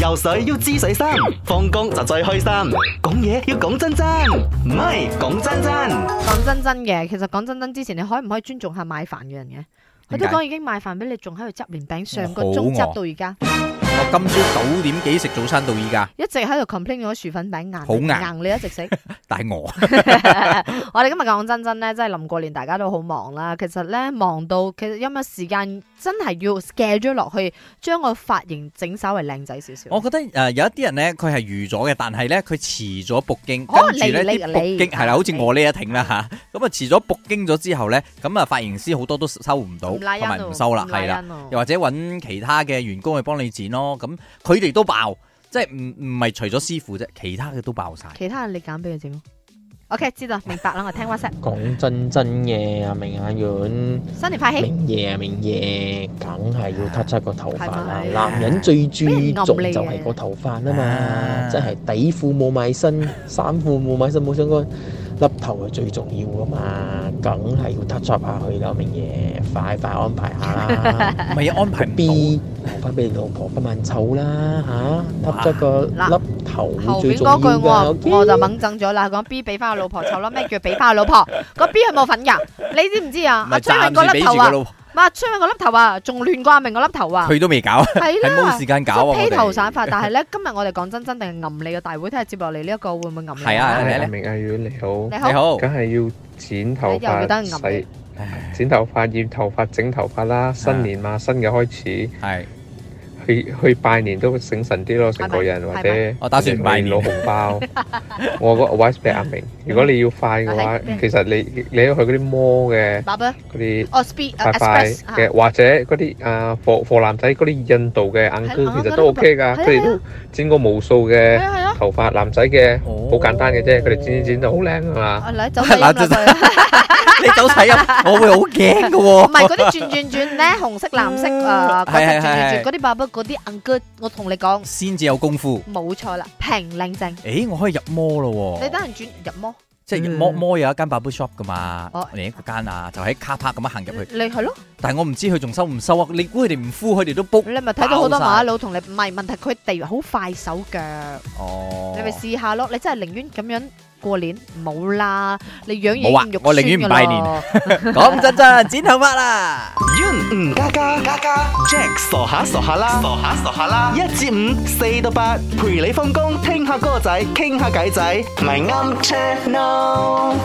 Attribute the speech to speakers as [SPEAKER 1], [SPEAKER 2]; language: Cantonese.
[SPEAKER 1] 游水要知水深，放工就最開心。講嘢要講真真，唔係講真真。
[SPEAKER 2] 講真真嘅，其實講真真之前，你可唔可以尊重下買飯嘅人嘅？佢都
[SPEAKER 3] 點解
[SPEAKER 2] 講已經買飯俾你，仲喺度執連餅，上個
[SPEAKER 3] 我好啊
[SPEAKER 2] 鐘
[SPEAKER 3] 餓
[SPEAKER 2] 執到而家，
[SPEAKER 3] 我啊今朝九點幾食早餐到依家，
[SPEAKER 2] 一直喺度 complain 咗薯粉餅硬，
[SPEAKER 3] 好硬
[SPEAKER 2] 硬你一直食。
[SPEAKER 3] 但係我
[SPEAKER 2] 我哋今日講真真咧，真係臨過年，大家都好忙啦。其實咧忙到，其實有冇時間真係要 schedule 落去，將個髮型整稍微靚仔少少。
[SPEAKER 3] 我覺得誒有一啲人咧，佢係預咗嘅，但係咧佢遲咗報經，
[SPEAKER 2] 哦
[SPEAKER 3] 跟住咧
[SPEAKER 2] 你你
[SPEAKER 3] 啲報
[SPEAKER 2] 你
[SPEAKER 3] 經係啦，好似我呢一挺啦吓，咁啊遲咗報經咗之後咧，咁啊髮型師好多都收唔到，
[SPEAKER 2] 唔
[SPEAKER 3] 同
[SPEAKER 2] 拉
[SPEAKER 3] 埋
[SPEAKER 2] 恩
[SPEAKER 3] 唔
[SPEAKER 2] 哦
[SPEAKER 3] 收啦，
[SPEAKER 2] 唔拉
[SPEAKER 3] 係啦。
[SPEAKER 2] 恩哦
[SPEAKER 3] 又或者揾其他嘅員工去幫你剪咯。咁佢哋都爆，即係唔唔係除咗師傅啫，其他嘅都爆晒。
[SPEAKER 2] 其他人你揀俾佢整咯。OK，知道明白啦，我聽 WhatsApp。
[SPEAKER 4] 講真真嘅，阿明阿遠，
[SPEAKER 2] 新年快喜，
[SPEAKER 4] 明夜啊明夜，梗係要剃出個頭髮啦
[SPEAKER 2] 係咪。
[SPEAKER 4] 男人最注重
[SPEAKER 2] 俾人
[SPEAKER 4] 就
[SPEAKER 2] 暗你嘅
[SPEAKER 4] 係個頭髮啊
[SPEAKER 3] 啊
[SPEAKER 4] 嘛，真係底褲冇買身，衫褲冇買身冇相干，粒頭係最重要噶嘛，梗係要剃出下去啦，明夜，快快安排下啦。
[SPEAKER 3] 唔係安排唔到。
[SPEAKER 4] B 留翻俾老婆不問醜啦
[SPEAKER 3] 哇
[SPEAKER 4] 嚇，笠咗個
[SPEAKER 2] 嗱
[SPEAKER 4] 粒頭
[SPEAKER 2] 後邊
[SPEAKER 4] 最重要
[SPEAKER 2] 嗰句
[SPEAKER 4] 㗎
[SPEAKER 2] 我
[SPEAKER 4] OK？
[SPEAKER 2] 我就掹憎咗啦，講 B 俾翻我老婆湊啦，咩叫俾翻我老婆？個 B 係冇份噶，你知唔知啊
[SPEAKER 3] 唔？
[SPEAKER 2] 阿
[SPEAKER 3] 係
[SPEAKER 2] 崔永
[SPEAKER 3] 暫
[SPEAKER 2] 個
[SPEAKER 3] 時俾
[SPEAKER 2] 粒
[SPEAKER 3] 住
[SPEAKER 2] 頭
[SPEAKER 3] 個
[SPEAKER 2] 啊，
[SPEAKER 3] 老婆，
[SPEAKER 2] 阿崔永個粒頭啊，仲亂過阿明個粒頭啊，
[SPEAKER 3] 佢都未搞，
[SPEAKER 2] 係
[SPEAKER 3] 係
[SPEAKER 2] 啦
[SPEAKER 3] 冇時。間搞啊！
[SPEAKER 2] 即係
[SPEAKER 3] 我
[SPEAKER 2] 披頭散
[SPEAKER 3] 哋
[SPEAKER 2] 髮，但係咧今日我哋講真真定係暗你嘅大會，睇下接落嚟呢一個會唔會暗你？
[SPEAKER 3] 係啊
[SPEAKER 5] 係
[SPEAKER 3] 嚟嚟
[SPEAKER 5] 阿明阿遠你好
[SPEAKER 2] 你，好，
[SPEAKER 3] 你好，
[SPEAKER 5] 梗係要剪頭
[SPEAKER 2] 啊又要等
[SPEAKER 5] 髮、
[SPEAKER 2] 人
[SPEAKER 5] 洗
[SPEAKER 2] 撳
[SPEAKER 5] 剪頭髮、染頭髮、整頭髮
[SPEAKER 2] 啊
[SPEAKER 5] 啦。新年嘛，新嘅開始，
[SPEAKER 3] 係
[SPEAKER 5] 去去拜年都醒神啲咯，成個
[SPEAKER 2] 係
[SPEAKER 5] 人
[SPEAKER 2] 咪
[SPEAKER 5] 或
[SPEAKER 2] 係
[SPEAKER 5] 者
[SPEAKER 3] 我打算唔拜年
[SPEAKER 5] 攞紅 包。我個 advice 俾阿明，如果你要快嘅話
[SPEAKER 2] 嗯啊係，
[SPEAKER 5] 其實你你去嗰啲摩嘅
[SPEAKER 2] 爸爸，
[SPEAKER 5] 嗰啲。
[SPEAKER 2] 哦 speed
[SPEAKER 5] 快
[SPEAKER 2] e
[SPEAKER 5] 快
[SPEAKER 2] express 啊
[SPEAKER 5] 嘅，或者嗰啲啊貨貨男仔嗰啲印度嘅硬
[SPEAKER 2] 係啊
[SPEAKER 5] 哥，其
[SPEAKER 2] 我覺得
[SPEAKER 5] 實都 OK 㗎，
[SPEAKER 2] 係啊
[SPEAKER 5] 佢哋都剪過無數
[SPEAKER 2] 係
[SPEAKER 5] 嘅
[SPEAKER 2] 啊係啊，
[SPEAKER 5] 頭髮，男仔嘅
[SPEAKER 3] 哦
[SPEAKER 5] 好簡單嘅啫，佢哋剪剪剪到好靚啊嘛。
[SPEAKER 2] 啊嚟走仔啦
[SPEAKER 3] 嗱就
[SPEAKER 2] 佢，
[SPEAKER 3] 你走睇啊！我會好驚嘅
[SPEAKER 2] 唔係
[SPEAKER 3] 喎。
[SPEAKER 2] 嗰啲轉轉轉咧，紅色藍色啊，嗰
[SPEAKER 3] 係係
[SPEAKER 2] 啲轉轉轉
[SPEAKER 3] 係
[SPEAKER 2] 嗰啲爸爸嗰啲 uncle，我同你講
[SPEAKER 3] 先至有功夫。
[SPEAKER 2] 冇錯啦，平靚正，
[SPEAKER 3] 誒，我可以入魔咯喎！
[SPEAKER 2] 你等人轉入魔，
[SPEAKER 3] 即係魔魔有一間 barber shop 噶嘛
[SPEAKER 2] 哦，
[SPEAKER 3] 另一個間啊，就喺卡 park 咁樣行入去。
[SPEAKER 2] 你係咯，
[SPEAKER 3] 但係我唔知佢仲收唔收啊！你估佢哋唔敷，佢哋都 book
[SPEAKER 2] 你咪睇到好多
[SPEAKER 3] 爆晒
[SPEAKER 2] 馬佬同你，唔係問題，佢哋好快手腳。
[SPEAKER 3] 哦。
[SPEAKER 2] 你咪試下咯，你真係寧願咁樣過年冇啦，你養嘢
[SPEAKER 3] 冇啊
[SPEAKER 2] 已經肉
[SPEAKER 3] 我寧願唔拜年
[SPEAKER 2] 酸㗎咯
[SPEAKER 3] 講真真，剪頭髮啦！
[SPEAKER 1] Yun 吳家家家家，Jack 傻下傻下啦，傻下傻下啦，一至五四到八，陪你放工，聽下歌仔，傾下偈仔，咪啱 channel。